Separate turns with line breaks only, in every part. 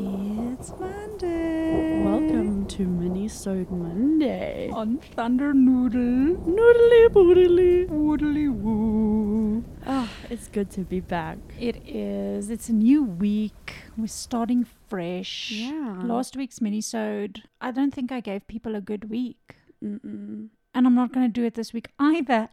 It's Monday.
Welcome to Minisode Monday.
on Thunder Noodle.
Noodly boodly.
Woodly woo.
Ah, it's good to be back.
It is. It's a new week. We're starting fresh.
Yeah.
Last week's minisode, I don't think I gave people a good week,
Mm-mm.
and I'm not going to do it this week either.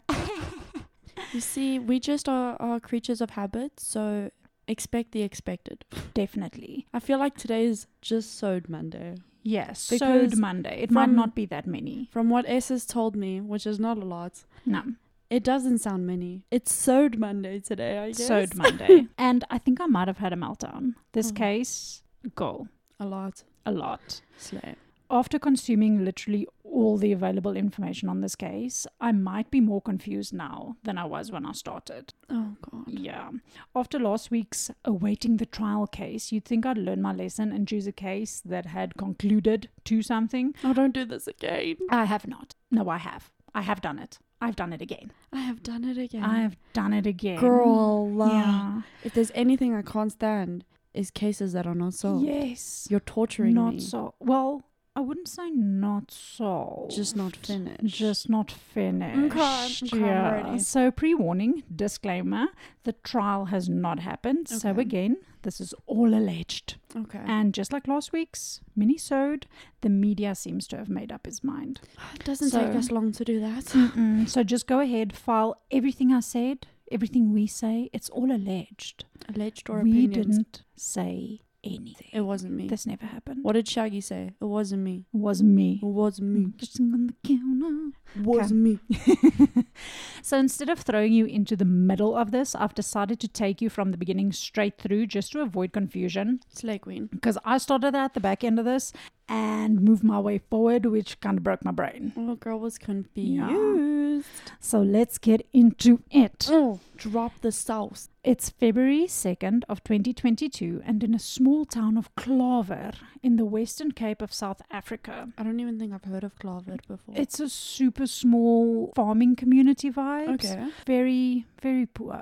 You see, we just are, are creatures of habit, so expect the expected.
Definitely.
I feel like today is just Sode Monday.
Yes.
Because
Sewed Monday. It might
from-
not be that many.
From what S has told me, which is not a lot,
No.
it doesn't sound many. It's Sode Monday today, I guess.
Sewed Monday. and I think I might have had a meltdown. This
Oh.
case, goal.
A lot.
A lot.
Slay.
After consuming literally all the available information on this case, I might be more confused now than I was when I started.
Oh, God.
Yeah. After last week's awaiting the trial case, you'd think I'd learn my lesson and choose a case that had concluded to something.
Oh, don't do this again.
I have not. No, I have. I have done it. I've done it again.
I have done it again.
I've done it again.
Girl. uh,
Yeah.
If there's anything I can't stand, is cases that are not solved.
Yes.
You're torturing
not
me.
so. Well, I wouldn't say not so.
Just not finished.
just not finished.
okay, I'm ready.
So pre-warning, disclaimer: the trial has not happened. So
Okay.
again, this is all alleged.
okay.
And just like last week's minisode, the media seems to have made up his mind.
it doesn't take
so-
us long to do that.
Mm-mm. So just go ahead, file everything I said, everything we say. It's all alleged.
Alleged or
we
opinions.
didn't say anything.
It wasn't me.
this never happened.
What did Shaggy say? It wasn't me. Mm.
was me?
It was me.
Sitting on the counter.
Was me.
So instead of throwing you into the middle of this, I've decided to take you from the beginning straight through just to avoid confusion.
Slay Queen.
Because I started at the back end of this and moved my way forward, which kind of broke my brain.
Oh, girl was
Yeah.
confused.
So let's get into it.
Oh, drop the sauce.
It's February 2nd of 2022 and in a small town of Clover in the Western Cape of South Africa.
I don't even think I've heard of Clavert before.
It's a super small farming community vibes.
okay.
Very, very poor.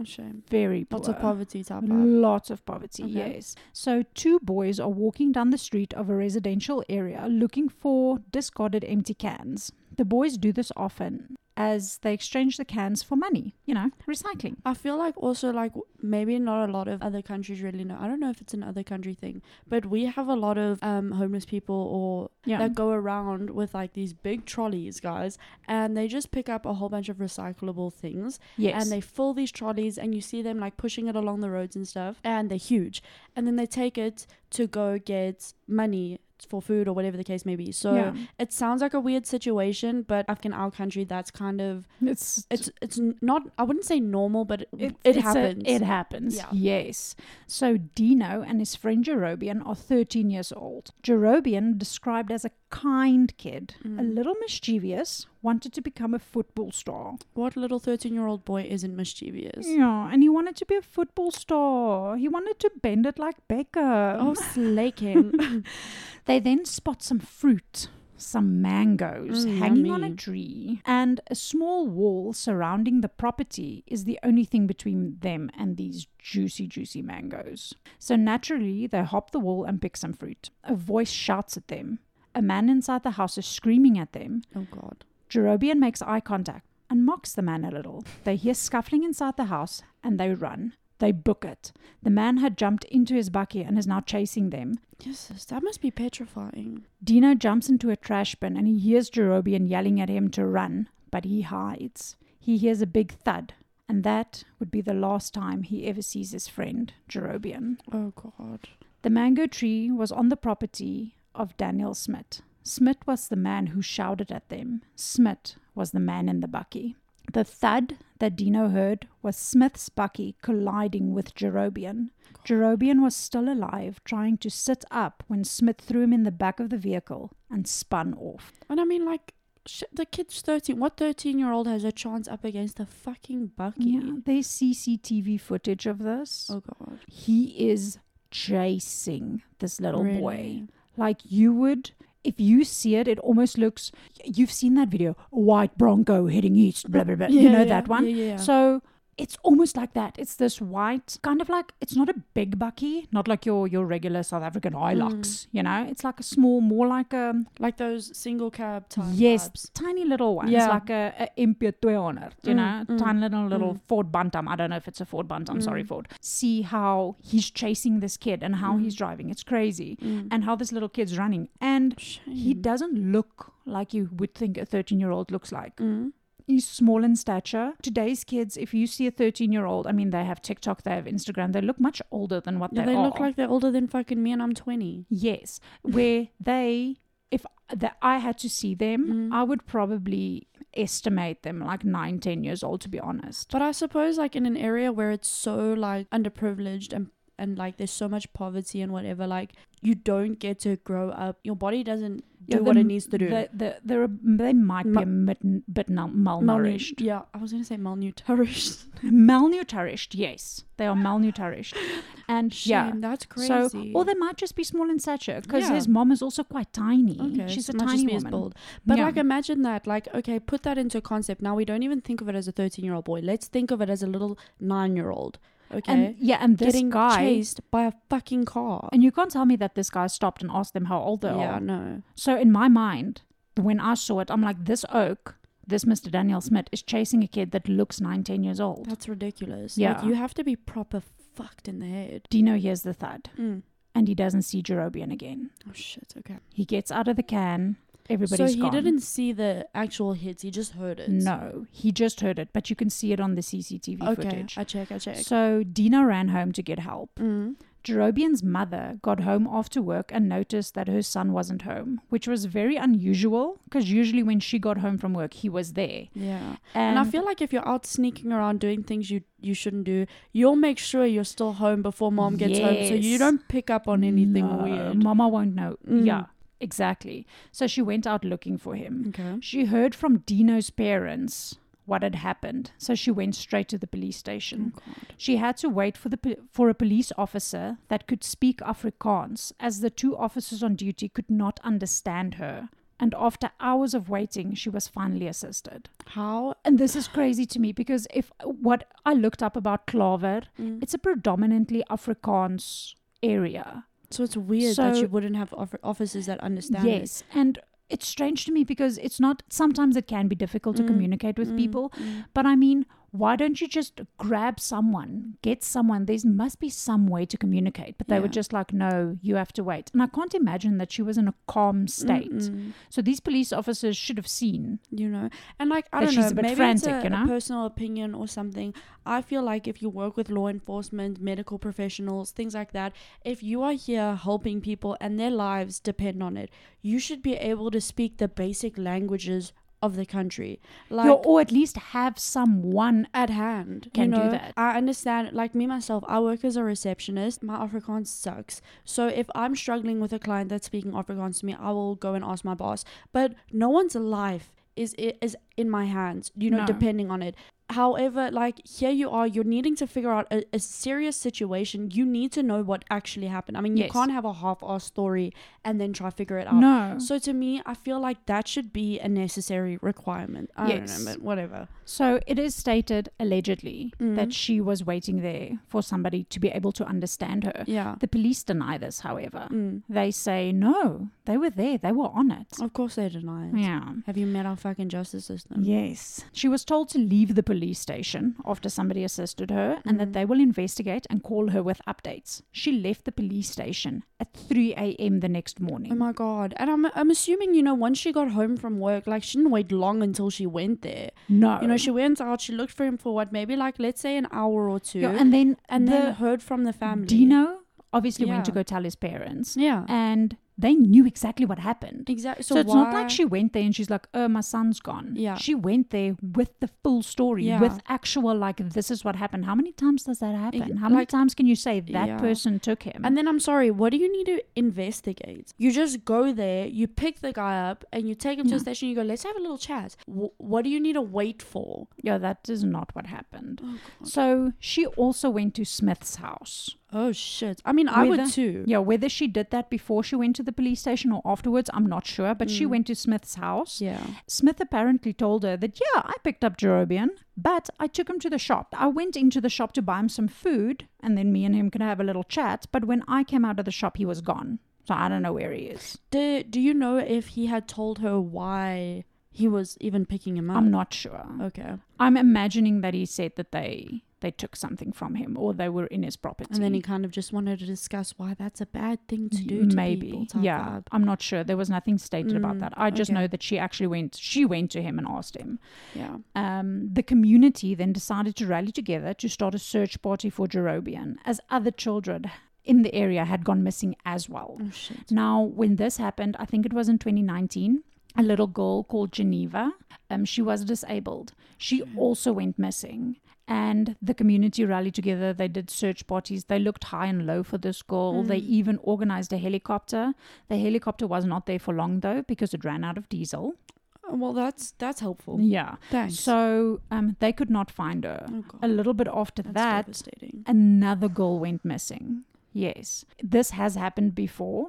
A shame.
Very poor.
Lots of poverty type vibe.
Lots of poverty,
Okay.
yes. So, two boys are walking down the street of a residential area looking for discarded empty cans. The boys do this often as they exchange the cans for money, you know, recycling.
I feel like also like w- maybe not a lot of other countries really know. I don't know if it's an other country thing, but we have a lot of um, homeless people or
Yeah.
that go around with like these big trolleys, guys, and they just pick up a whole bunch of recyclable things
yes.
and they fill these trolleys and you see them like pushing it along the roads and stuff and they're huge. And then they take it to go get money for food or whatever the case may be. So
yeah.
it sounds like a weird situation, but I think in our country that's kind of
it's,
it's it's n- not I wouldn't say normal, but it, it,
it's a-
happens.
it happens.
Yeah.
Yes. So Dino and his friend Jerobian are 13 years old. Jerobian, described as a kind kid, a
Mm.
little mischievous, wanted to become a football star.
what little thirteen-year-old boy isn't mischievous?
Yeah, and he wanted to be a football star. He wanted to bend it like Beckham.
Oh, slaking!
They then spot some fruit, some mangoes
Mm,
hanging on a
yummy.
tree, and a small wall surrounding the property is the only thing between them and these juicy, juicy mangoes. So naturally, they hop the wall and pick some fruit. A voice shouts at them. A man inside the house is screaming at them.
oh God!
Jerobian makes eye contact and mocks the man a little. They hear scuffling inside the house and they run. They book it. The man had jumped into his buggy and is now chasing them.
Jesus, that must be petrifying.
Dino jumps into a trash bin and he hears Jerobian yelling at him to run, but he hides. He hears a big thud, and that would be the last time he ever sees his friend, Jerobian.
Oh God!
The mango tree was on the property of Daniel Smith. Smith was the man who shouted at them. Smith was the man in the bucky. The thud that Dino heard was Smith's bucky colliding with Jerobian. Jerobian was still alive, trying to sit up when Smith threw him in the back of the vehicle and spun off.
And I mean, like, sh- the kid's thirteen. What thirteen-year-old has a chance up against a fucking bucky?
Yeah, there's CCTV footage of this.
Oh God!
He is chasing this little boy.
Really?
Like you would, if you see it, it almost looks. You've seen that video, white Bronco heading east, blah blah blah. you
Yeah,
know
yeah,
that one.
Yeah, yeah.
So It's almost like that. It's this white, kind of like it's not a big bucky, not like your your regular South African Hilux.
Mm.
You know, it's like a small, more like a
Like those single cab type
yes,
vibes.
tiny little ones,
Yeah.
like a, a MP 200. You
Mm,
know,
mm,
tiny little little
mm.
Ford Bantam. I don't know if it's a Ford Bantam. Sorry,
Mm.
Ford. See how he's chasing this kid and how
Mm.
he's driving. It's crazy,
Mm.
and how this little kid's running, and he
Shame.
doesn't look like you would think a 13 year old looks like.
Mm.
He's small in stature. Today's kids, if you see a 13 year old, I mean, they have TikTok, they have Instagram, they look much older than what they,
Yeah, they
are.
look like they're older than fucking me, and I'm 20.
Yes, where they, if that I had to see them,
Mm.
I would probably estimate them like nine, 10 years old, to be honest.
But I suppose like in an area where it's so like underprivileged and and like there's so much poverty and whatever, like you don't get to grow up. Your body doesn't do
Yeah,
what
the-
it needs to do.
The, the, they're a- they might be
Ma-
a bit, bit mal-
Malnut-
malnourished.
Yeah, I was gonna say malnourished.
Malnourished, yes. They are malnourished. And
Shame,
yeah,
that's crazy.
So, or they might just be small in stature because
Yeah.
his mom is also quite tiny.
okay,
She's
so
a
it might just
tiny
be as
woman.
bold. But
Yeah.
like imagine that. Like okay, put that into concept. Now we don't even think of it as a 13 year old boy. Let's think of it as a little nine year old. Okay,
and yeah, and this
getting
guy.
chased by a fucking car.
And you can't tell me that this guy stopped and asked them how old they
yeah,
are.
no.
So in my mind, when I saw it, I'm like, this oak, this Mr. Daniel Smith is chasing a kid that looks nine, ten years old.
That's ridiculous. Like
Yeah.
you have to be proper fucked in the head.
Dino hears the thud,
Mm.
and he doesn't see Jerobian again.
Oh shit, okay.
He gets out of the can. Everybody's
so he
gone.
didn't see the actual hits, he just heard it.
No, he just heard it, but you can see it on the CCTV
Okay,
footage.
I check, I check.
So Dina ran home to get help.
mm.
Jerobian's mother got home after work and noticed that her son wasn't home, which was very unusual because usually when she got home from work, he was there.
Yeah.
And,
And I feel like if you're out sneaking around doing things you you shouldn't do, you'll make sure you're still home before mom gets home so you
Yes.
don't pick up on anything
No,
weird.
Mama won't know.
Mm.
Yeah, exactly. So she went out looking for him.
Okay.
She heard from Dino's parents what had happened, so she went straight to the police station.
Mm.
She had to wait for the po- for a police officer that could speak Afrikaans, as the two officers on duty could not understand her. And after hours of waiting, she was finally assisted.
How
And this is crazy to me because if what I looked up about Klaver,
Mm.
it's a predominantly Afrikaans area.
so it's weird that
So-
you wouldn't have off- officers that understand it.
yes, and it's strange to me because it's not. Sometimes it can be difficult to
Mm,
communicate with
Mm,
people,
mm.
but I mean, why don't you just grab someone, get someone? There must be some way to communicate. But they were
Yeah.
just like, no, you have to wait. And I can't imagine that she was in a calm state.
Mm-mm.
So these police officers should have seen.
you know and like i
That
don't
she's
know
a bit
maybe
frantic,
it's a,
you
a
know?
personal opinion or something i feel like if you work with law enforcement medical professionals things like that if you are here helping people and their lives depend on it you should be able to speak the basic languages of the country like
Yeah, or at least have someone.
at hand
Can
you
do
know?
that.
i understand like me myself i work as a receptionist my afrikaans sucks so if i'm struggling with a client that's speaking afrikaans to me i will go and ask my boss but no one's life is is in my hands you know
No.
depending on it however like here you are you're needing to figure out a, a serious situation you need to know what actually happened i mean you
Yes.
can't have a half-ass story and then try to figure it out
No.
so to me i feel like that should be a necessary requirement i don't
Yes.
know but whatever
So it is stated allegedly that
Mhm.
she was waiting there for somebody to be able to understand her.
yeah
The police deny this, however.
Mm.
They say, no, they were there, they were on it.
Of course they deny it.
Yeah.
Have you met our fucking justice system?
Yes. She was told to leave the police station after somebody assisted her and that
Mhm.
they will investigate and call her with updates. She left the police station at 3 a.m. the next morning.
Oh my god. And I'm I'm assuming, you know, once she got home from work, like she didn't wait long until she went there.
no.
You know, she went out, she looked for him for what, maybe like let's say an hour or two.
Yeah,
and
and then, the
then heard from the family.
Dino obviously went to
Yeah.
go tell his parents
Yeah.
and they knew exactly what happened.
Exactly. So,
So, it's not
why-
like she went there and she's like, "Oh, my son's gone."
Yeah.
she went there with the full story,
Yeah.
with actual like, "This is what happened." How many times does that happen? How many
like-
times can you say that
Yeah.
person took him?
And then I'm sorry, what do you need to investigate? You just go there, you pick the guy up, and you take him to
Yeah.
the station, you go, let's have a little chat. Wh- what do you need to wait for?
yeah, that is not what happened.
Oh, God.
So she also went to Smith's house
Oh shit. I mean, I would
Whether-
too.
Yeah, whether she did that before she went to the police station or afterwards, I'm not sure. But she
Mm.
went to Smith's house.
Yeah.
Smith apparently told her that, yeah, I picked up Jerobian, but I took him to the shop. I went into the shop to buy him some food, and then me and him could have a little chat. But when I came out of the shop, he was gone. So I don't know where he is.
Do Do you know if he had told her why he was even picking him up?
I'm not sure.
okay.
I'm imagining that he said that they they took something from him or they were in his property.
And then he kind of just wanted to discuss why that's a bad thing to do. To people,
maybe
type
yeah
vibe. Mm,
i'm not sure there was nothing stated about that i just
okay.
know that she actually went she went to him and asked him
Yeah.
um, the community then decided to rally together to start a search party for jerobian as other children in the area had gone missing as well
Oh shit.
now when this happened i think it was in 2019 a little girl called geneva um, she was disabled she
Mm-hmm.
also went missing and the community rallied together. They did search parties. They looked high and low for this girl.
Mm.
They even organized a helicopter. The helicopter was not there for long, though, because it ran out of diesel.
Oh, Well, that's that's helpful.
Yeah.
Thanks.
So um, they could not find her.
oh god.
A little bit after
That's
that,
devastating.
another girl went missing. Yes. This has happened before.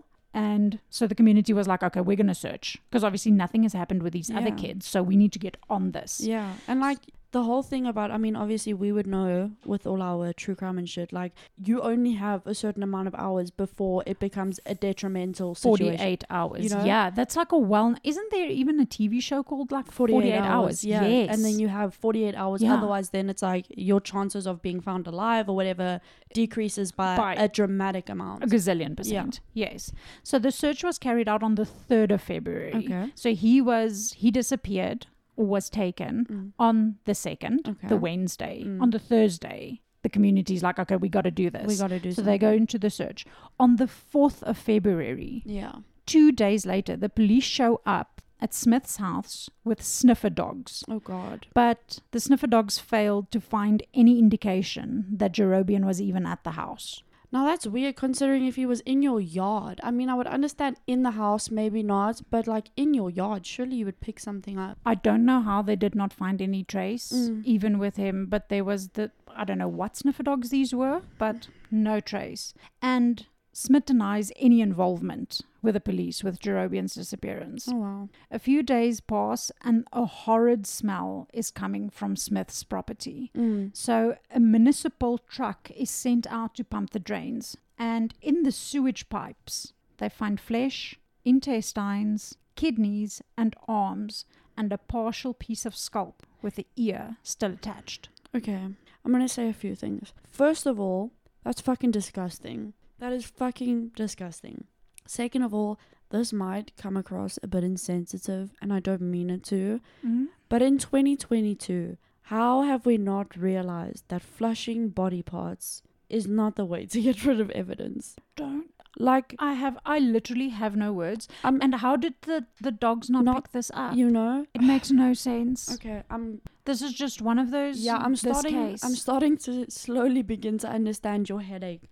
And so the community was like, okay, we're going to search because obviously nothing has happened with these other
Yeah.
kids. So we need to get on this.
Yeah. And like the whole thing about I mean, obviously we would know with all our true crime and shit, like you only have a certain amount of hours before it becomes a detrimental situation.
48 hours.
You know?
Yeah, that's like a well. Isn't there even a TV show called like 48, hours?
Yeah.
Yes.
And then you have 48 hours.
Yeah.
Otherwise, then it's like your chances of being found alive or whatever decreases by,
By-
a dramatic amount.
a gazillion percent. Yes. So the search was carried out on the 3rd of February.
Okay.
So he was he disappeared or was taken
Mm.
on the 2nd,
Okay.
the Wednesday.
Mm.
On the Thursday, the community's like, "Okay, we got to do this."
We got to do
so they go into the search. On the 4th of February,
Yeah.
two days later, the police show up at Smith's house with sniffer dogs.
Oh, God.
But the sniffer dogs failed to find any indication that Jerobian was even at the house.
Now, that's weird considering if he was in your yard. I mean, I would understand in the house, maybe not, but like in your yard, surely you would pick something up.
I don't know how they did not find any trace,
Mm.
even with him, but there was the, I don't know what sniffer dogs these were, but no trace. And Smith denies any involvement with the police with Jerobian's disappearance.
Oh, wow.
A few days pass, and a horrid smell is coming from Smith's property.
Mm.
So a municipal truck is sent out to pump the drains, and in the sewage pipes, they find flesh, intestines, kidneys, and arms, and a partial piece of scalp with the ear still attached.
Okay. I'm going to say a few things. First of all, that's fucking disgusting. That is fucking disgusting. Second of all, this might come across a bit insensitive, and I don't mean it to, but in 2022, how have we not realized that flushing body parts is not the way to get rid of evidence?
Don't
Like,
I have I literally have no words.
I'm,
And how did the the dogs not,
Um, Not-
pick this up?
you know,
it makes no sense.
Ah. okay, I'm,
This is just one of those.
yeah, I'm
this
starting,
case.
I'm starting to slowly begin to understand your headache.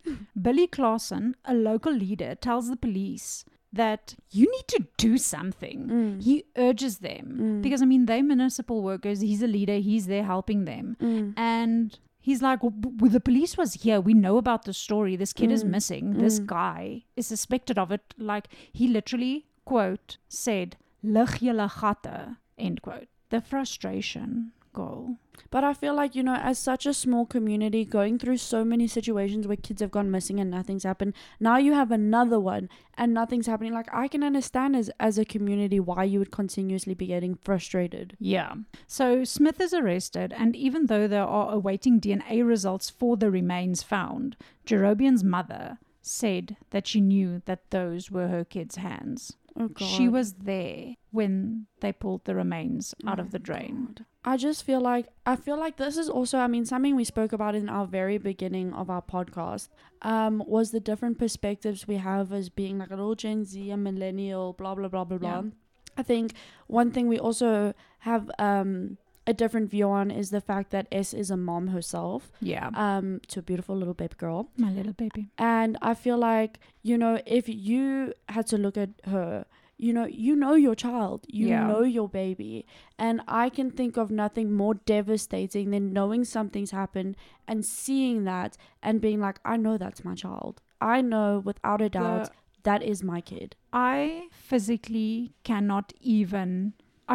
Billy Clausen, a local leader, tells the police that you need to do something.
Mm.
He urges them
Mm.
because, I mean, they're municipal workers. He's a leader, he's there helping them.
Mm.
And he's like, "Well, b- well, the police was here. We know about the story. This kid is
Mm.
missing. This
Mm.
guy is suspected of it. Like, he literally, quote, said, Lig julle gatte, end quote. The frustration goal.
But I feel like, you know, as such a small community going through so many situations where kids have gone missing and nothing's happened, now you have another one and nothing's happening. Like, I can understand as, as a community why you would continuously be getting frustrated.
Yeah. So Smith is arrested, and even though they are awaiting DNA results for the remains found, Jerobian's mother said that she knew that those were her kids' hands.
Oh, God.
She was there when they pulled the remains out
Oh,
of the drain.
God. I just feel like I feel like this is also I mean something we spoke about in our very beginning of our podcast um was the different perspectives we have as being like a little Gen Z, a millennial, blah blah blah blah blah.
Yeah.
I think one thing we also have um a different view on is the fact that S is a mom herself
Yeah.
um to a beautiful little baby girl.
My little baby.
And I feel like, you know, if you had to look at her, you know you know your child you
Yeah.
know your baby and i can think of nothing more devastating than knowing something's happened and seeing that and being like i know that's my child i know without a doubt
The-
that is my kid
I physically cannot even,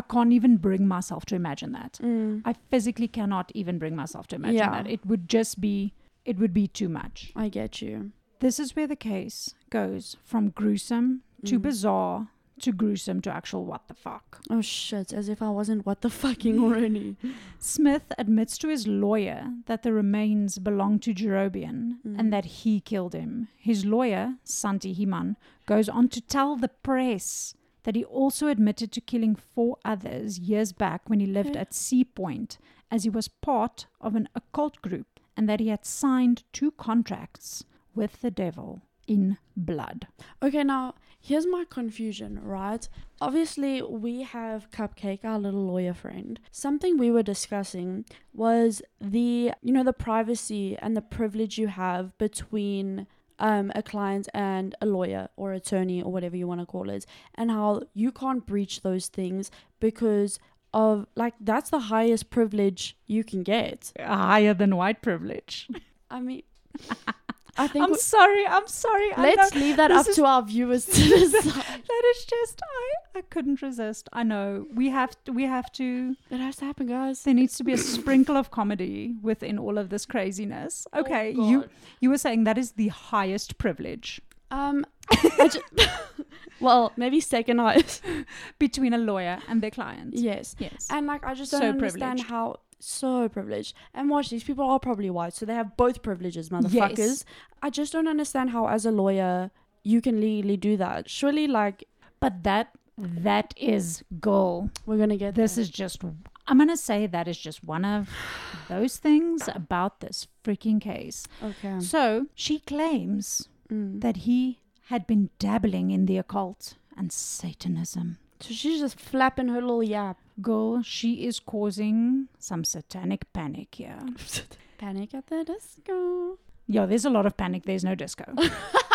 I can't even bring myself to imagine that. I physically cannot even bring myself to imagine
Yeah.
that. It would just be, it would be too much.
i get you
This is where the case goes from gruesome to bizarre to gruesome to actual what the fuck.
oh shit as if i wasn't what the fucking already
Smith admits to his lawyer that the remains belong to Jerobian and that he killed him. His lawyer, Santi Himan, goes on to tell the press that he also admitted to killing four others years back when he lived at Sea Point as he was part of an occult group and that he had signed two contracts with the devil in blood.
Okay, now here's my confusion, right? Obviously, we have Cupcake, our little lawyer friend. Something we were discussing was the, you know, the privacy and the privilege you have between um, a client and a lawyer or attorney or whatever you want to call it, and how you can't breach those things because of like that's the highest privilege you can get.
Higher than white privilege.
I mean, I think
I'm
we-
sorry. I'm sorry. I know-
let's leave that
this
up
is-
to our viewers to decide.
that is just I, I couldn't resist. I know we have to, we have to.
It has to happen, guys.
There needs to be a sprinkle of comedy within all of this craziness.
Oh,
Okay, you
God.
you were saying that is the highest privilege
Um, I ju- well, maybe second highest.
between a lawyer and their client.
yes,
Yes.
and like I just don't
So
understand
privileged.
how so privileged. And watch, these people are probably white, so they have both privileges, motherfuckers.
Yes.
I just don't understand how, as a lawyer, you can legally do that. Surely, like
but that that is goal.
we're gonna get
This is just I'm gonna say that is just one of those things about this freaking case.
okay.
So she claims
Mm.
that he had been dabbling in the occult and Satanism.
So she's just flapping her little yap.
Girl, she is causing some satanic panic here.
Panic at the disco.
Yo, there's a lot of panic. There's no disco.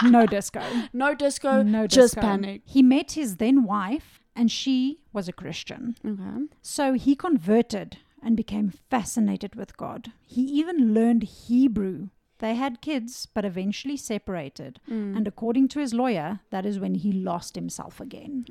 No disco.
No Mm. disco.
No disco.
just panic.
He met his then wife, and she was a Christian.
Okay.
So he converted and became fascinated with God. He even learned Hebrew. They had kids, but eventually separated. And according to his lawyer, that is when he lost himself again.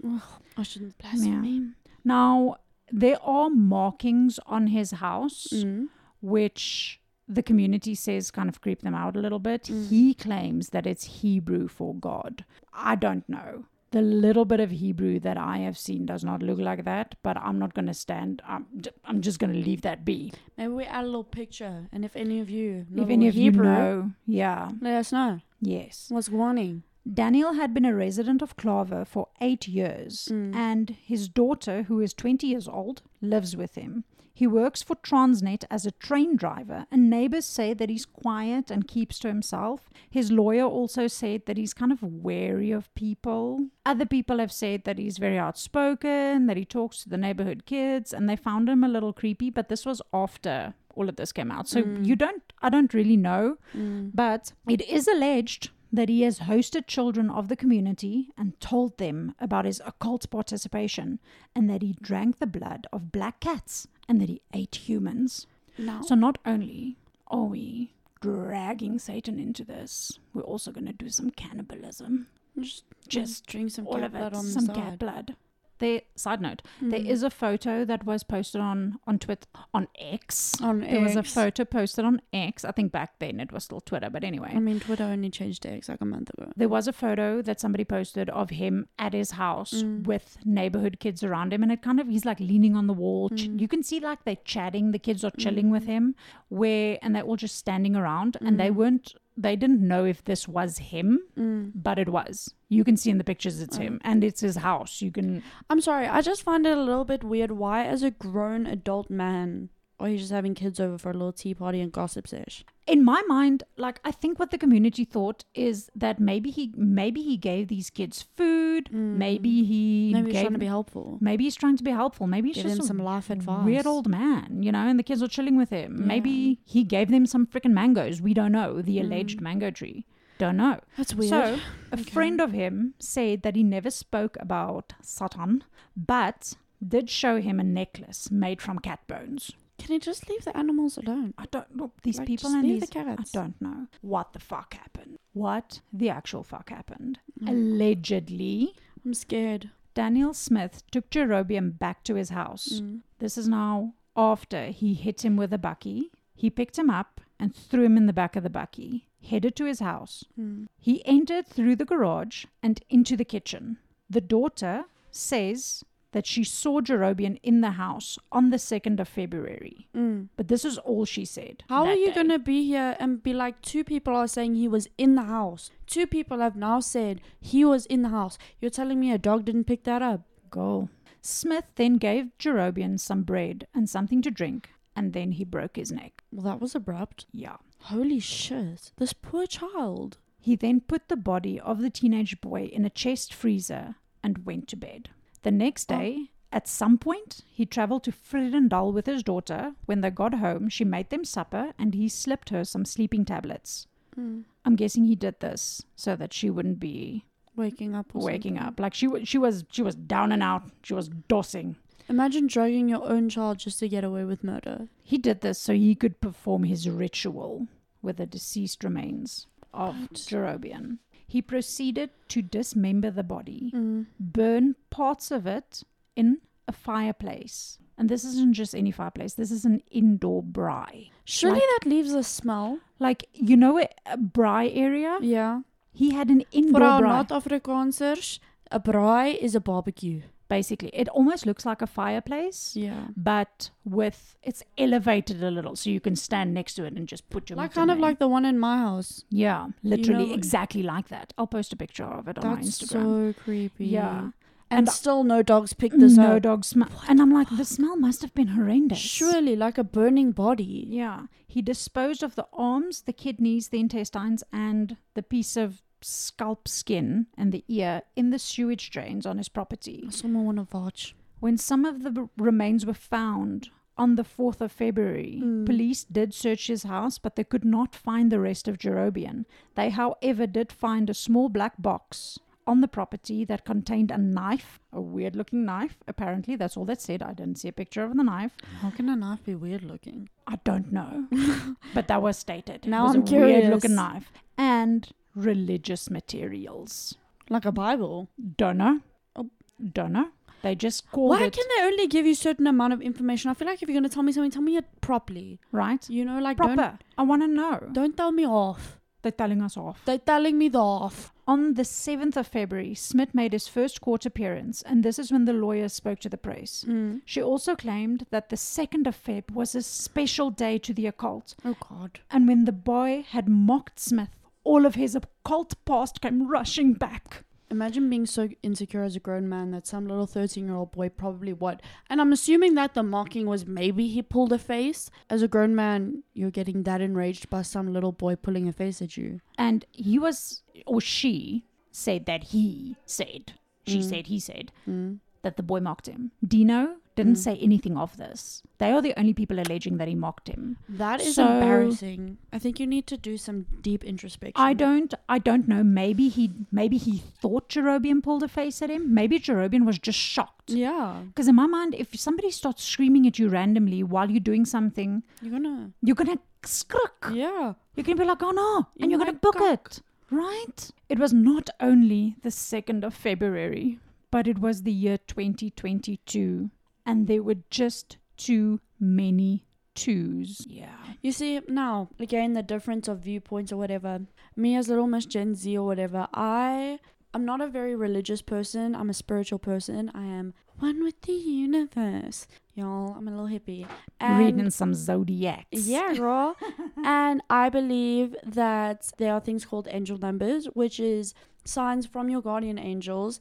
I shouldn't blaspheme.
Now, there are markings on his house.
Mm.
which the community says kind of creep them out a little bit.
Mm.
He claims that it's Hebrew for God. I don't know. The little bit of Hebrew that I have seen does not look like that, but I'm not going to stand. I'm, d- I'm just going to leave that be.
Maybe we add a little picture, and if any of you, know
if any of you
Hebrew,
know, yeah,
let us know
yes.
what's warning.
Daniel had been a resident of Claver for eight years, and his daughter, who is 20 years old, lives with him. He works for Transnet as a train driver, and neighbors say that he's quiet and keeps to himself. His lawyer also said that he's kind of wary of people. Other people have said that he's very outspoken, that he talks to the neighborhood kids, and they found him a little creepy, but this was after all of this came out. So you don't, I don't really know.
Mm.
But it is alleged that he has hosted children of the community and told them about his occult participation, and that he drank the blood of black cats and that he ate humans.
Now,
So not only are we dragging Satan into this, we're also going to do some cannibalism.
just,
Just
drink some
All
cat
of
blood
it,
on
some
the side. Hmm. Mm.
cat blood. There, side note, there is a photo that was posted on on Twitter on X.
On
there was a
X.
photo posted on X. I think back then it was still Twitter, but anyway.
I mean, Twitter only changed eggs like a month ago.
there was a photo that somebody posted of him at his house
Mm.
with neighborhood kids around him and it kind of he's like leaning on the wall ch-
Mm.
you can see like they're chatting the kids are chilling with him where and they're all just standing around and
Mm.
they weren't they didn't know if this was him
Mm.
but it was you can see in the pictures
Oh.
it's him and it's his house you can
I'm sorry, I just find it a little bit weird. Why, as a grown adult man, are you just having kids over for a little tea party and gossip sesh?
in my mind like i think what the community thought is that maybe he maybe he gave these kids food maybe he
Mm. Maybe you're
gave
trying to be helpful.
Maybe he's trying to be helpful. Maybe he's
Give
just
him
a
some life advice.
weird old man, you know, and the kids are chilling with him. Maybe he gave them some freaking mangoes. We don't know. The alleged mango tree. Don't know.
That's Mm. weird.
So, a friend of him said that he never spoke about Satan, but did show him a necklace made from cat bones.
Can you just leave the animals alone?
I don't know these
Like,
people
just
and
leave
these.
the carrots.
I don't know what the fuck happened. What the actual fuck happened?
Mm.
Allegedly,
I'm scared.
Daniel Smith took Jerobium back to his house.
Mm.
This is now after he hit him with a bucky. He picked him up and threw him in the back of the bucky, headed to his house.
Mm.
He entered through the garage and into the kitchen. The daughter says that she saw Jerobian in the house on the 2nd of February. But this is all she said.
Mm. How are
that
you
day.
gonna be here and be like two people are saying he was in the house? Two people have now said he was in the house. You're telling me a dog didn't pick that up?
Goal. Smith then gave Jerobian some bread and something to drink, and then he broke his neck.
Well, that was abrupt.
Yeah.
Holy shit! This poor child.
He then put the body of the teenage boy in a chest freezer and went to bed. The next day, at some point, he traveled to Fredendal with his daughter. When they got home, she made them supper and he slipped her some sleeping tablets. I'm guessing he did this so that she wouldn't be
Waking up. Or
waking up. Like she wa- she was she was down and out. She was dossing.
Imagine drugging your own child just to get away with murder.
He did this so he could perform his ritual with the deceased remains of Jerobian. He proceeded to dismember the body,
Mm.
burn parts of it in a fireplace. And this isn't just any fireplace, this is an indoor braai.
Surely
Like-
that leaves a smell.
Like, you know, a, a braai area?
Yeah.
He had an indoor
For our
braai.
North Afrikaners, a braai is a barbecue.
basically, it almost looks like a fireplace.
Yeah.
But with it's elevated a little, so you can stand next to it and just put your meat
Like
in
kind of
there.
like the one in my house.
Yeah, literally
know-
exactly like that. I'll post a picture of it on my
That's
Instagram.
so creepy.
yeah.
And,
And I-
still no dogs picked this
no
up.
dog smell. And I'm like, the smell must have been horrendous.
Surely like a burning body.
Yeah. He disposed of the arms, the kidneys, the intestines, and the piece of scalp skin and the ear in the sewage drains on his property.
Someone wanna watch.
When some of the r- remains were found on the 4th of February,
Mm.
police did search his house, but they could not find the rest of Jerobian. They, however, did find a small black box on the property that contained a knife, a weird looking knife. Apparently, that's all that said. I didn't see a picture of the knife.
How can a knife be weird looking?
I don't know. but that was stated.
Now
it was
I'm
a
curious.
weird looking knife. And religious materials.
Like a Bible.
Don't know.
Oh.
Don't know. They just called
Why
it
can they only give you certain amount of information? I feel like if you're gonna tell me something, tell me it properly.
right.
You know, like don't
Proper. I want to know.
don't tell me off.
They're telling us off.
They're telling me the off.
On the 7th of February, Smith made his first court appearance, and this is when the lawyer spoke to the press.
Mm.
She also claimed that the 2nd of Feb was a special day to the occult,
Oh god.
and when the boy had mocked Smith, all of his occult past came rushing back.
Imagine being so insecure as a grown man that some little 13 year old boy probably what? And I'm assuming that the mocking was maybe he pulled a face. As a grown man, you're getting that enraged by some little boy pulling a face at you.
And he was, or she, said that he said, she said, he said, that the boy mocked him. Dino didn't say anything of this. They are the only people alleging that he mocked him.
That is
So-
embarrassing. I think you need to do some deep introspection.
I don't I don't know. Maybe he maybe he thought Jerobian pulled a face at him. Maybe Jerobian was just shocked.
Yeah.
Because in my mind, if somebody starts screaming at you randomly while you're doing something,
You're gonna.
you're gonna skrik.
Yeah.
You're gonna be like, oh no, and
You
you're gonna
might
book it. Right? It was not only the second of February, but it was the year twenty twenty two. And there were just too many twos. Yeah.
You see, now, again, the difference of viewpoints or whatever. Me as little Miss Gen Z or whatever, I. I'm not a very religious person. I'm a spiritual person. I am one with the universe. Y'all, I'm a little hippie. And
Reading some zodiacs.
yeah, girl. and I believe that there are things called angel numbers, which is signs from your guardian angels,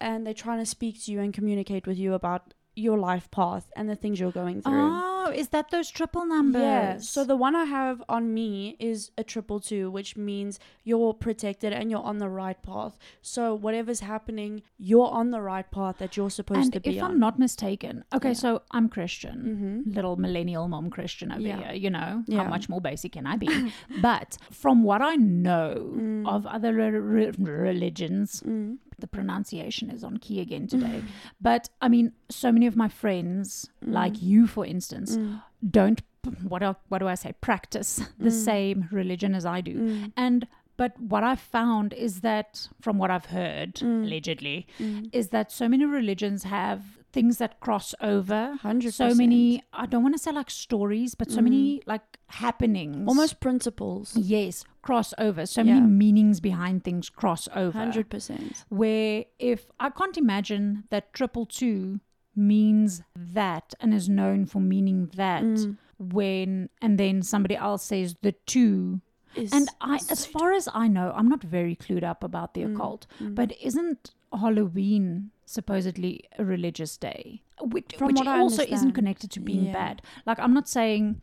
and they're trying to speak to you and communicate with you about your life path and the things you're going through.
Oh, is that those triple numbers?
Yeah. So the one I have on me is a triple two, which means you're protected and you're on the right path. So whatever's happening, you're on the right path that you're supposed
and
to be
if
on.
I'm not mistaken, okay,
Yeah.
so I'm Christian,
mm-hmm.
little millennial mom Christian over
Yeah.
here. You know,
Yeah.
how much more basic can I be? but from what I know
Mm.
of other re- re- religions,
Mm.
the pronunciation is on key again today. but I mean, so many of my friends, like you, for instance,
Mm.
don't what do, what do I say? Practice the same religion as I do,
Mm.
and. But what I've found is that, from what I've heard,
Mm.
allegedly,
Mm.
is that so many religions have things that cross over.
100%.
So many, I don't want to say like stories, but so many like happenings.
Mm. Almost principles.
Yes, cross over. So
Yeah.
many meanings behind things cross over.
100%.
Where if I can't imagine that triple two means that and is known for meaning that
Mm.
when, and then somebody else says the two
Is-
and I,
is
as
so
far as I know, I'm not very clued up about the
Mm,
occult,
mm.
but isn't Halloween supposedly a religious day? Which,
From
which
what I
also isn't
understand.
connected to being
Yeah.
bad. Like, I'm not saying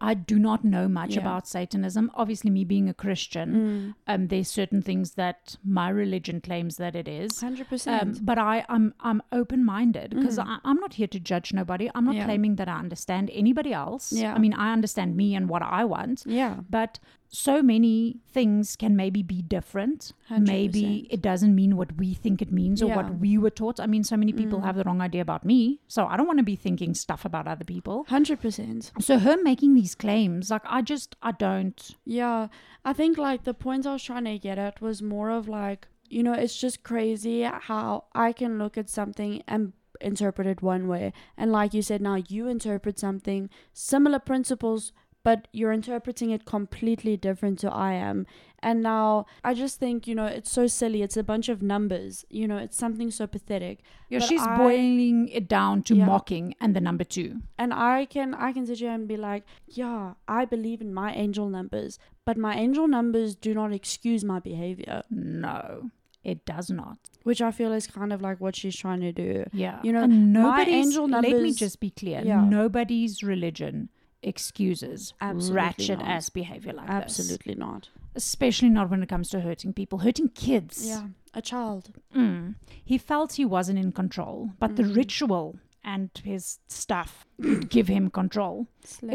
I do not know much
Yeah.
about Satanism. Obviously, me being a Christian,
Mm.
um, there's certain things that my religion claims that it is.
100%.
Um, but I, I'm I'm open minded because
Mm.
I'm not here to judge nobody. I'm not
Yeah.
claiming that I understand anybody else.
Yeah.
I mean, I understand me and what I want
yeah.
but so many things can maybe be different. Maybe
100%.
it doesn't mean what we think it means or
Yeah.
what we were taught. I mean, so many people
Mm.
have the wrong idea about me, so I don't want to be thinking stuff about other people.
100%.
So her making these claims, like I just I don't.
Yeah, I think like the point I was trying to get at was more of like, you know, it's just crazy how I can look at something and interpret it one way. And like you said, now you interpret something, similar principles, but you're interpreting it completely different to I am. And now I just think, you know, it's so silly. It's a bunch of numbers, you know, it's something so pathetic.
Yeah,
But
she's
I-
boiling it down to
Yeah.
mocking and the number two.
and I can I can sit here and be like, yeah, I believe in my angel numbers, but my angel numbers do not excuse my behavior,
No, it does not.
which I feel is kind of like what she's trying to do.
Yeah,
You know,
and
my
nobody's.
angel
let me
numbers-
just be clear.
Yeah.
Nobody's religion excuses
Absolutely
ratchet
not.
ass behavior like this.
Absolutely not.
especially not when it comes to hurting people, hurting kids.
Yeah, a child.
Mm. He felt he wasn't in control, but the
Mm.
ritual and his stuff would give him control.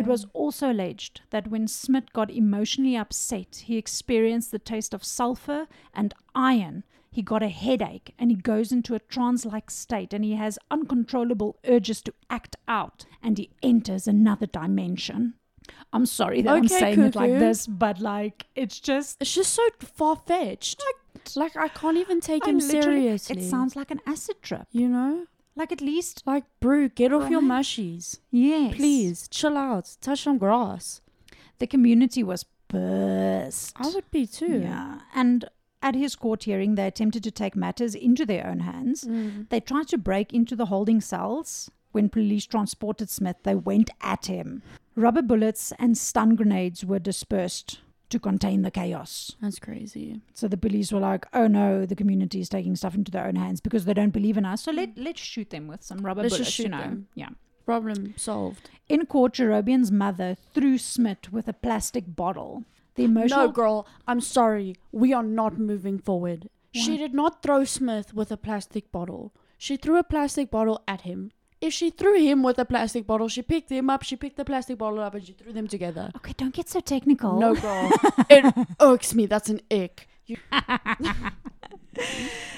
It was also alleged that when Smith got emotionally upset, he experienced the taste of sulfur and iron. He got a headache and he goes into a trance like state and he has uncontrollable urges to act out and he enters another dimension. I'm sorry that I'm
Okay,
saying it like
Cuckoo.
this, but like it's just
It's just so far fetched. Like, I can't even take
I
him
literally-
seriously.
It sounds like an acid trip.
you know,
Like at least,
like, bro, get off your
Right.
mushies,
yes.
please. Chill out. Touch some grass.
The community was pissed.
I would be too.
Yeah. And at his court hearing, they attempted to take matters into their own hands.
Mm.
They tried to break into the holding cells. When police transported Smith, they went at him. Rubber bullets and stun grenades were dispersed to contain the chaos.
That's crazy.
So the police were like, "Oh no, the community is taking stuff into their own hands because they don't believe in us. So let let's shoot them with some rubber
Mm. Let's just
bullets, you
shoot
know."
them.
Yeah.
Problem solved.
In court, Jerobian's mother threw Smith with a plastic bottle. The emotional
No, girl, I'm sorry. We are not moving forward. She
What?
did not throw Smith with a plastic bottle. She threw a plastic bottle at him. If she threw him with a plastic bottle, she picked him up, she picked the plastic bottle up, and she threw them together.
Okay, don't get so technical.
No, Oh, girl. it irks me. That's an ick. You-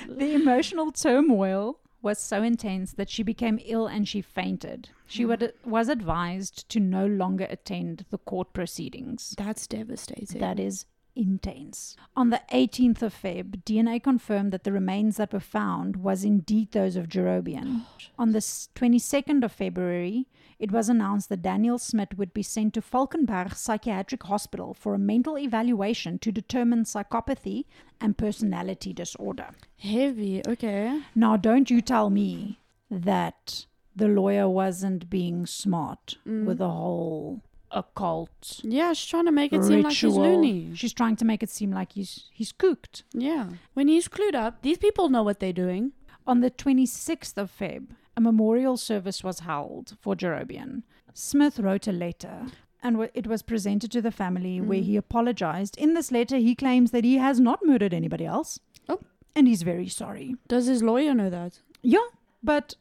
The emotional turmoil was so intense that she became ill and she fainted. She
Hmm.
would, was advised to no longer attend the court proceedings.
That's devastating.
That is intense. On the 18th of Feb, DNA confirmed that the remains that were found was indeed those of Jerobian. On the s- 22nd of February, it was announced that Daniel Smith would be sent to Falkenberg Psychiatric Hospital for a mental evaluation to determine psychopathy and personality disorder.
heavy. Okay.
Now, don't you tell me that the lawyer wasn't being smart with the whole occult
Yeah, she's trying to make it
ritual.
seem like she's loony.
She's trying to make it seem like he's he's cooked.
Yeah. When he's clued up, these people know what they're doing.
On the 26th of Feb, a memorial service was held for Jerobian. Smith wrote a letter and wa- it was presented to the
Mm.
family where he apologized. In this letter, he claims that he has not murdered anybody else.
Oh.
And he's very sorry.
Does his lawyer know that?
Yeah, but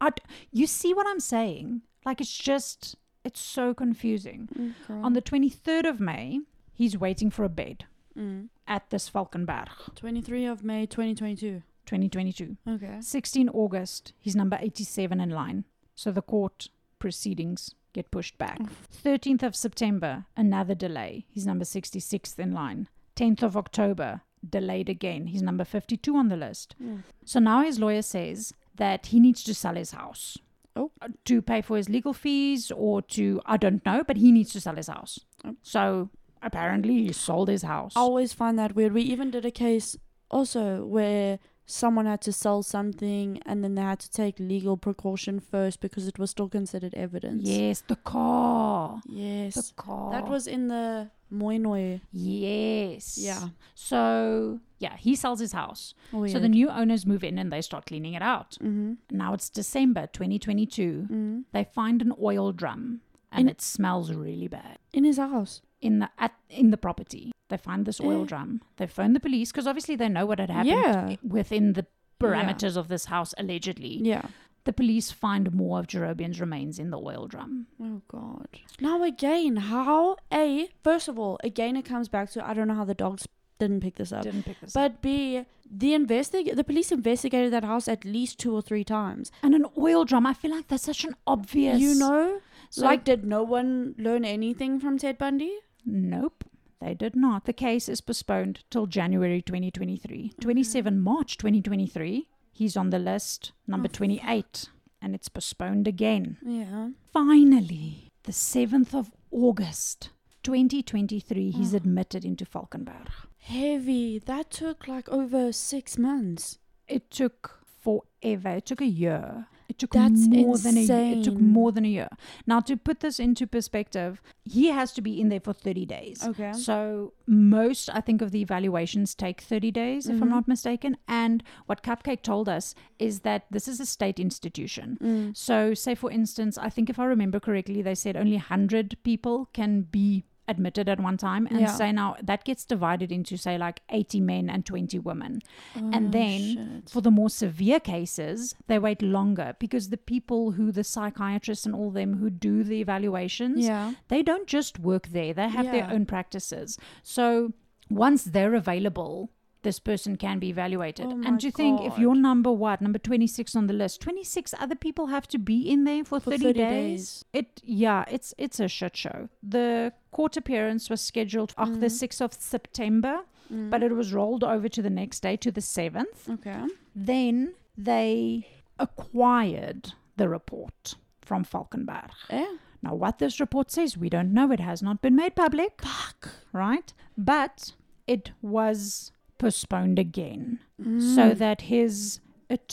I d you see what I'm saying? Like, it's just, it's so confusing.
Mm,
On the 23rd of May, he's waiting for a bed
Mm.
at this Falkenberg,
23 of May 2022.
2022.
Okay.
16 August, he's number 87 in line. So the court proceedings get pushed back.
Mm.
13th of September, another delay. He's number 66th in line. 10th of October, delayed again. He's number 52 on the list.
Mm.
So now his lawyer says that he needs to sell his house. Uh,
Oh.
To pay for his legal fees or to, I don't know, but he needs to sell his house.
Oh.
So apparently he sold his house.
I always find that weird. We even did a case also where someone had to sell something and then they had to take legal precaution first because it was still considered evidence.
Yes, the car. The
Yes.
car.
That was in the Moinoi.
Yes.
Yeah.
So, yeah, he sells his house.
Weird.
So the new owners move in and they start cleaning it out.
mm-hmm.
Now it's December 2022.
Mm-hmm.
They find an oil drum and
In-
it smells really bad
In his house.
in the at in the property. They find this oil
Eh.
drum. They phone the police because obviously they know what had happened
Yeah.
within the
Yeah.
parameters of this house allegedly.
Yeah.
The police find more of Jerobian's remains in the oil drum.
Oh god. Now again, how A, first of all, again it comes back to I don't know how the dogs didn't pick this up.
Didn't pick this up.
But B, the investig- the police investigated that house at least two or three times.
And an oil drum. I feel like that's such an obvious.
You know?
So-
like did no one learn anything from Ted Bundy?
Nope, they did not. The case is postponed till January 2023. 27 March 2023, he's on the list, number
Oh,
28, and it's postponed again.
Yeah.
Finally, the 7th of August 2023, he's
Oh.
admitted into Falkenberg.
Heavy. That took like over six months.
It took forever, it took a year. It took
That's
more than a year. It took
insane.
more than a year. Now to put this into perspective, he has to be in there for 30 days.
Okay.
So most, I think, of the evaluations take 30 days, if I'm
Mhm.
not mistaken. And what Cupcake told us is that this is a state institution.
Mm.
So, say for instance, I think if I remember correctly, they said only 100 people can be admitted at one time. And
Yeah.
say now that gets divided into, say, like 80 men and 20 women.
Oh,
And then
shit.
for the more severe cases, they wait longer because the people who, the psychiatrists and all them who do the evaluations,
Yeah.
they don't just work there, they have their
Yeah.
own practices. So once they're available, this person can be evaluated.
Oh my
and do you think if
God.
you're number what, number 26 on the list, 26 other people have to be in there for,
For
30,
30
days?
days.
It yeah, it's it's a shit show. The court appearance was scheduled for the 6th of September,
Mm.
but it was rolled over to the next day to the 7th
Okay.
then they acquired the report from Falkenberg.
Yeah.
Now, what this report says, we don't know. It has not been made public. Fuck. Right? But it was postponed again so that his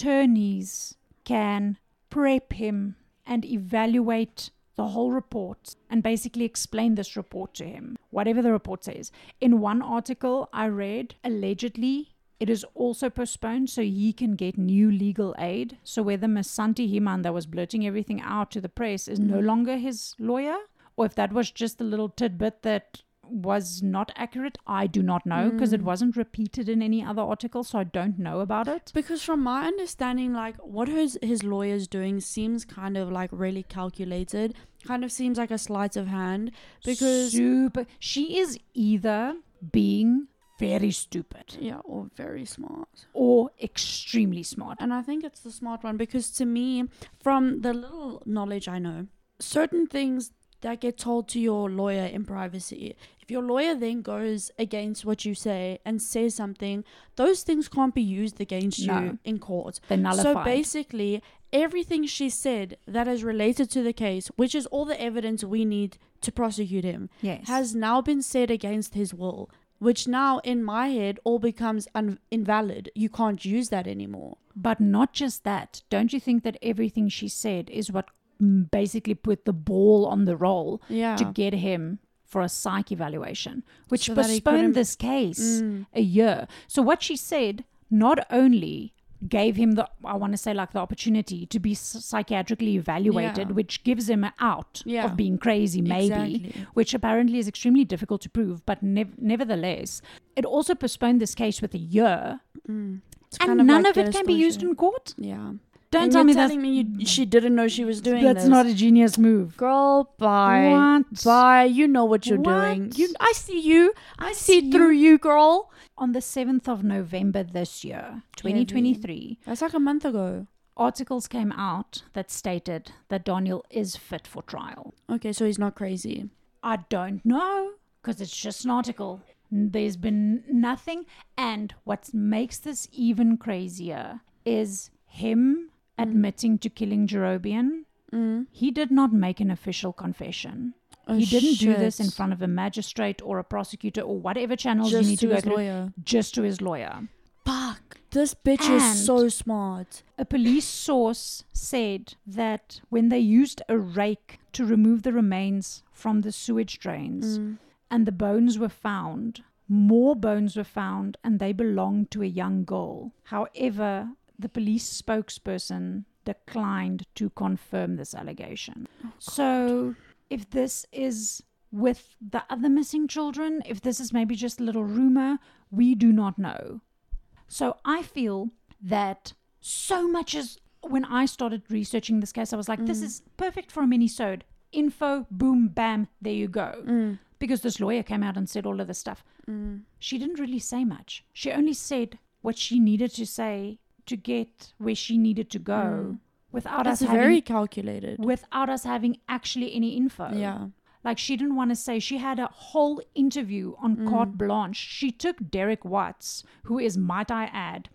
attorneys can prep him and evaluate the whole report and basically explain this report to him, whatever the report says. In one article I read, allegedly, it is also postponed so he can get new legal aid. So whether Masanti Himan that was blurting everything out to the press is no longer his lawyer, or if that was just a little tidbit that was not accurate, I do not know because it wasn't repeated in any other article, so I don't know about it.
Because from my understanding, like what his his lawyer's doing seems kind of like really calculated. Kind of seems like a sleight of hand. Because
super, she is either being very stupid
yeah, or very smart.
or extremely smart.
And I think it's the smart one because to me, from the little knowledge I know, certain things that get told to your lawyer in privacy, if your lawyer then goes against what you say and says something, those things can't be used against
No.
you in court.
They're nullified.
So basically, everything she said that is related to the case, which is all the evidence we need to prosecute him,
yes.
has now been said against his will, which now in my head all becomes un- invalid. You can't use that anymore.
But not just that. Don't you think that everything she said is what mm, basically put the ball on the roll
Yeah.
to get him for a psych evaluation, which
So that he Mm.
postponed
couldn't-
this case a year? So, what she said not only gave him the I want to say like the opportunity to be s- psychiatrically evaluated,
Yeah.
which gives him an out
Yeah.
of being crazy, maybe,
Exactly.
which apparently is extremely difficult to prove. But nev- nevertheless, it also postponed this case with a year,
It's
and
kind of
none
like
of it can be used
disclosure.
in court.
Yeah.
Don't
And
tell
you're
me that's
telling me you, she didn't know she was doing
that's
this.
not a genius move.
girl. Bye.
What?
Bye. You know what you're doing.
What?
You, I see you. I, see,
see
through you, girl.
On the 7th of November this year, 2023,
That's like a month ago.
articles came out that stated that Daniel is fit for trial.
Okay, so he's not crazy.
I don't know because it's just an article. There's been nothing. And what makes this even crazier is him admitting to killing Jerobian. He did not make an official confession.
Oh,
he didn't do this
shit.
in front of a magistrate or a prosecutor or whatever channels
Just
you need to,
to
go
his
through.
lawyer.
Just to his lawyer.
Fuck. This bitch
And-
is so smart.
A police source said that when they used a rake to remove the remains from the sewage drains and the bones were found, more bones were found and they belonged to a young girl. However, the police spokesperson declined to confirm this allegation. so, if this is with the other missing children, if this is maybe just a little rumor, we do not know. So I feel that so much as when I started researching this case, I was like,
Mm.
this is perfect for a mini-sode. Info, boom, bam, there you go.
Mm.
Because this lawyer came out and said all of this stuff. She didn't really say much. She only said what she needed to say to get where she needed to go without
Mm. That's
us having
very calculated.
without us having actually any info.
Yeah.
Like she didn't want to say she had a whole interview on
Mm.
Carte Blanche. She took Derek Watts, who is, might I add,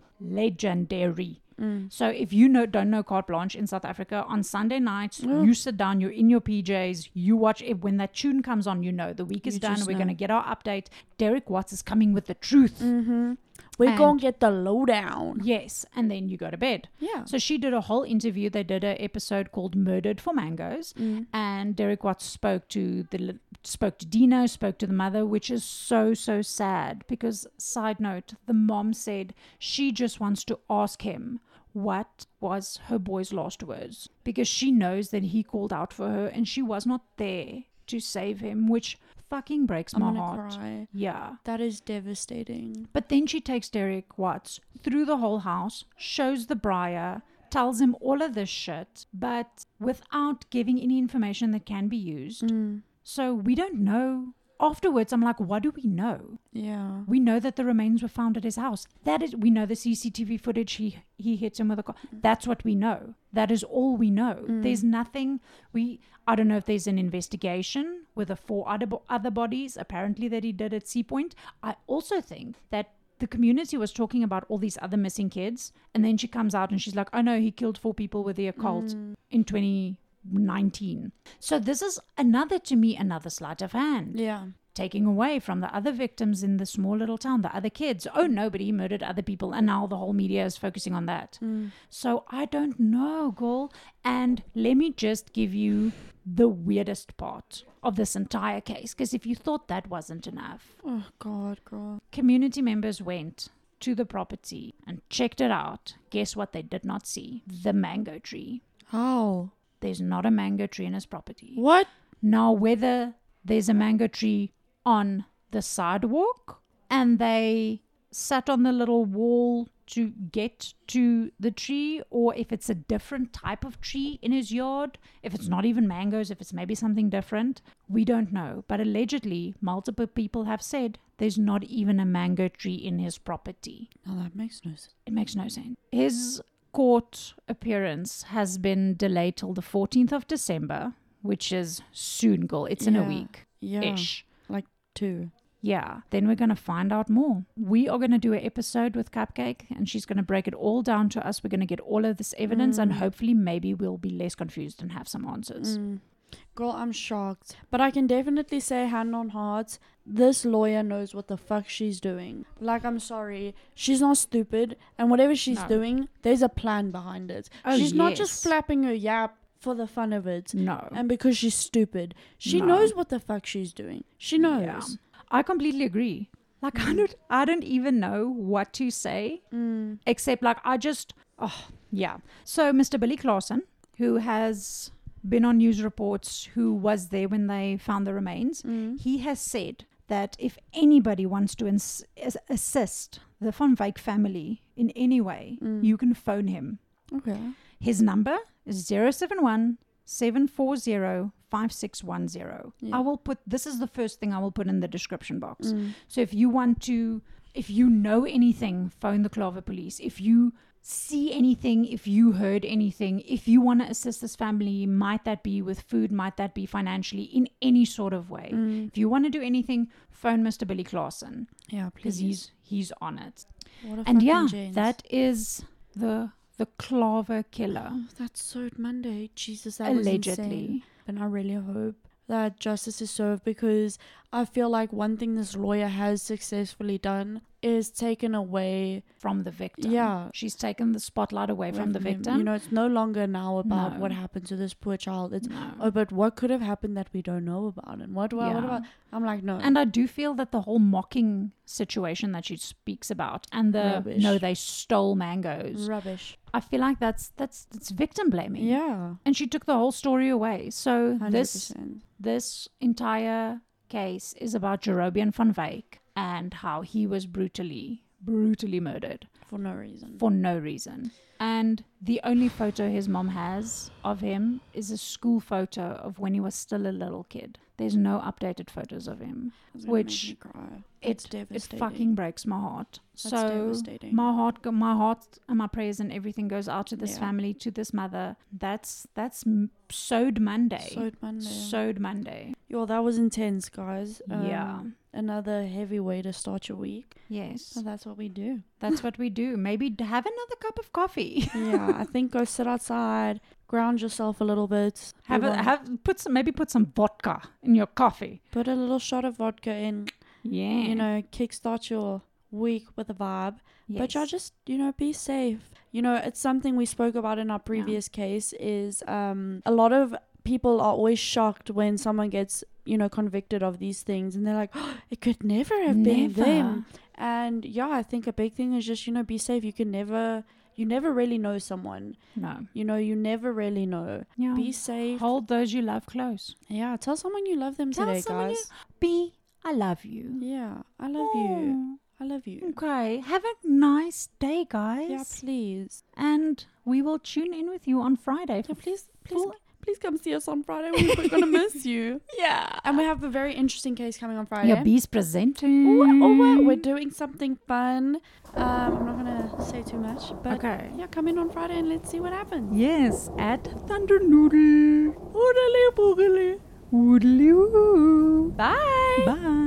legendary.
Mm.
So if you know, don't know Carte Blanche in South Africa, on Sunday nights you sit down, you're in your PJs, you watch it. When that tune comes on, you know the week is
You
done.
just
We're
know.
going to get our update. Derek Watts is coming with the truth.
We're
And-
going to get the lowdown.
Yes, and then you go to bed.
Yeah.
So she did a whole interview. They did an episode called "Murdered for Mangoes,"
Mm.
and Derek Watts spoke to the li- spoke to Dino, spoke to the mother, which is so so sad. Because side note, the mom said she just wants to ask him what was her boy's last words because she knows that he called out for her and she was not there to save him, which fucking breaks
I'm
my
going
heart.
to cry.
Yeah.
That is devastating.
But then she takes Derek Watts through the whole house, shows the briar, tells him all of this shit, but without giving any information that can be used. So we don't know. Afterwards, I'm like, what do we know?
Yeah.
We know that the remains were found at his house. That is, we know the CCTV footage. He he hits him with a car. That's what we know. That is all we know. There's nothing. We I don't know if there's an investigation with the four other bo- other bodies apparently that he did at Sea Point. I also think that the community was talking about all these other missing kids, and then she comes out and she's like, "Oh no, he killed four people with the occult in 2019." So this is another to me another sleight of hand
Yeah.
taking away from the other victims in the small little town, the other kids. Oh no, but he murdered other people, and now the whole media is focusing on that. So I don't know, girl. And let me just give you the weirdest part of this entire case, because if you thought that wasn't enough,
Oh, God, girl.
community members went to the property and checked it out. Guess what they did not see? The mango tree.
How?
There's not a mango tree in his property.
Oh, What?
Now, whether there's a mango tree on the sidewalk and they sat on the little wall to get to the tree, or if it's a different type of tree in his yard, if it's not even mangoes, if it's maybe something different, we don't know. But allegedly, multiple people have said there's not even a mango tree in his property.
Now that makes no sense.
It makes no sense. His court appearance has been delayed till the 14th of December, which is soon, girl. It's in a
Yeah.
week
Yeah.
ish.
Like two.
Yeah. Then we're going to find out more. We are going to do an episode with Cupcake and she's going to break it all down to us. We're going to get all of this evidence
Mm.
and hopefully maybe we'll be less confused and have some answers.
Girl, I'm shocked. But I can definitely say, hand on heart, this lawyer knows what the fuck she's doing. Like, I'm sorry. She's not stupid. And whatever she's
No.
doing, there's a plan behind it.
Oh,
she's not just
yes.
flapping her yap for the fun of it.
No.
And because she's stupid. She
No.
knows Mm. what the fuck she's doing. She knows.
I completely agree. Like I don't I don't even know what to say
Mm.
except like I just oh yeah. So Mr. Billy Clausen, who has been on news reports, who was there when they found the remains,
Mm.
he has said that if anybody wants to ins- as- assist the Van Wyk family in any way,
Mm.
you can phone him.
Okay.
His number is 071 740 5610.
Yeah.
I will put this is the first thing I will put in the description box.
Mm.
So if you want to, if you know anything, phone the Clover police. If you see anything, if you heard anything, if you want to assist this family, might that be with food, might that be financially, in any sort of way.
Mm.
If you want to do anything, phone Mr. Billy Clausen
Yeah,
because
please.
he's he's on it.
what a
and
fucking
yeah,
James.
that is the the Clover killer.
Oh, that's so Monday. Jesus, that was insane.
allegedly.
And I really hope that justice is served because I feel like one thing this lawyer has successfully done is taken away
from the victim.
Yeah.
She's taken the spotlight away from the
him.
victim.
You know, it's no longer now about
No. Mm.
what happened to this poor child. It's
No.
oh, but what could have happened that we don't know about, and what do I, what
Yeah.
about? I'm like, no,
And I do feel that the whole mocking situation that she speaks about and the
Rubbish.
no, they stole mangoes.
rubbish.
I feel like that's that's that's victim blaming.
Yeah,
And she took the whole story away. So
hundred
this
percent.
this entire case is about Jerobian van Wyk and how he was brutally, brutally murdered
for no reason.
for no reason. And the only photo his mom has of him is a school photo of when he was still a little kid. There's no updated photos of him.
It's gonna make
which
me cry.
It,
It's
it
devastating.
fucking breaks my heart.
That's
so
devastating.
my heart, go- my heart, and my prayers and everything goes out to this
Yeah.
family, to this mother. That's that's m- sewed Monday.
So Monday.
Sewed Monday.
Yo, that was intense, guys.
yeah.
Um, Another heavy way to start your week.
Yes.
So that's what we do.
That's what we do. Maybe d- have another cup of coffee.
yeah, I think go sit outside, ground yourself a little bit. We
Have a,
won't-
have put some maybe put some vodka in your coffee.
put a little shot of vodka in.
Yeah.
You know, kickstart your week with a vibe. But y'all
Yes.
just you know be safe. You know, it's something we spoke about in our previous case. Is um a lot of people are always shocked when someone gets you know convicted of these things, and they're like, oh, it could never have been them. And yeah, I think a big thing is just, you know, be safe. You can never, you never really know someone.
No.
You know, you never really know.
Yeah.
Be safe.
Hold those you love close.
Yeah, tell someone you love them
Tell
today,
someone you-
guys.
Be. I love you.
Yeah, Mm, I love you. I love you.
Okay. Have a nice day, guys.
Yeah, please.
And we will tune in with you on Friday.
Yeah,
for-
Oh, please, please,
Full-
please come see us on Friday. We're going to miss you.
Yeah.
And we have a very interesting case coming on Friday.
Your bees presenting.
Ooh, oh, wow,
Mm.
we're doing something fun. Um, I'm not going to say too much, but
Okay.
yeah, come in on Friday and let's see what happens.
Yes, at Thunder Noodle. Oodly boogly. Oodly oo.
Bye.
Bye.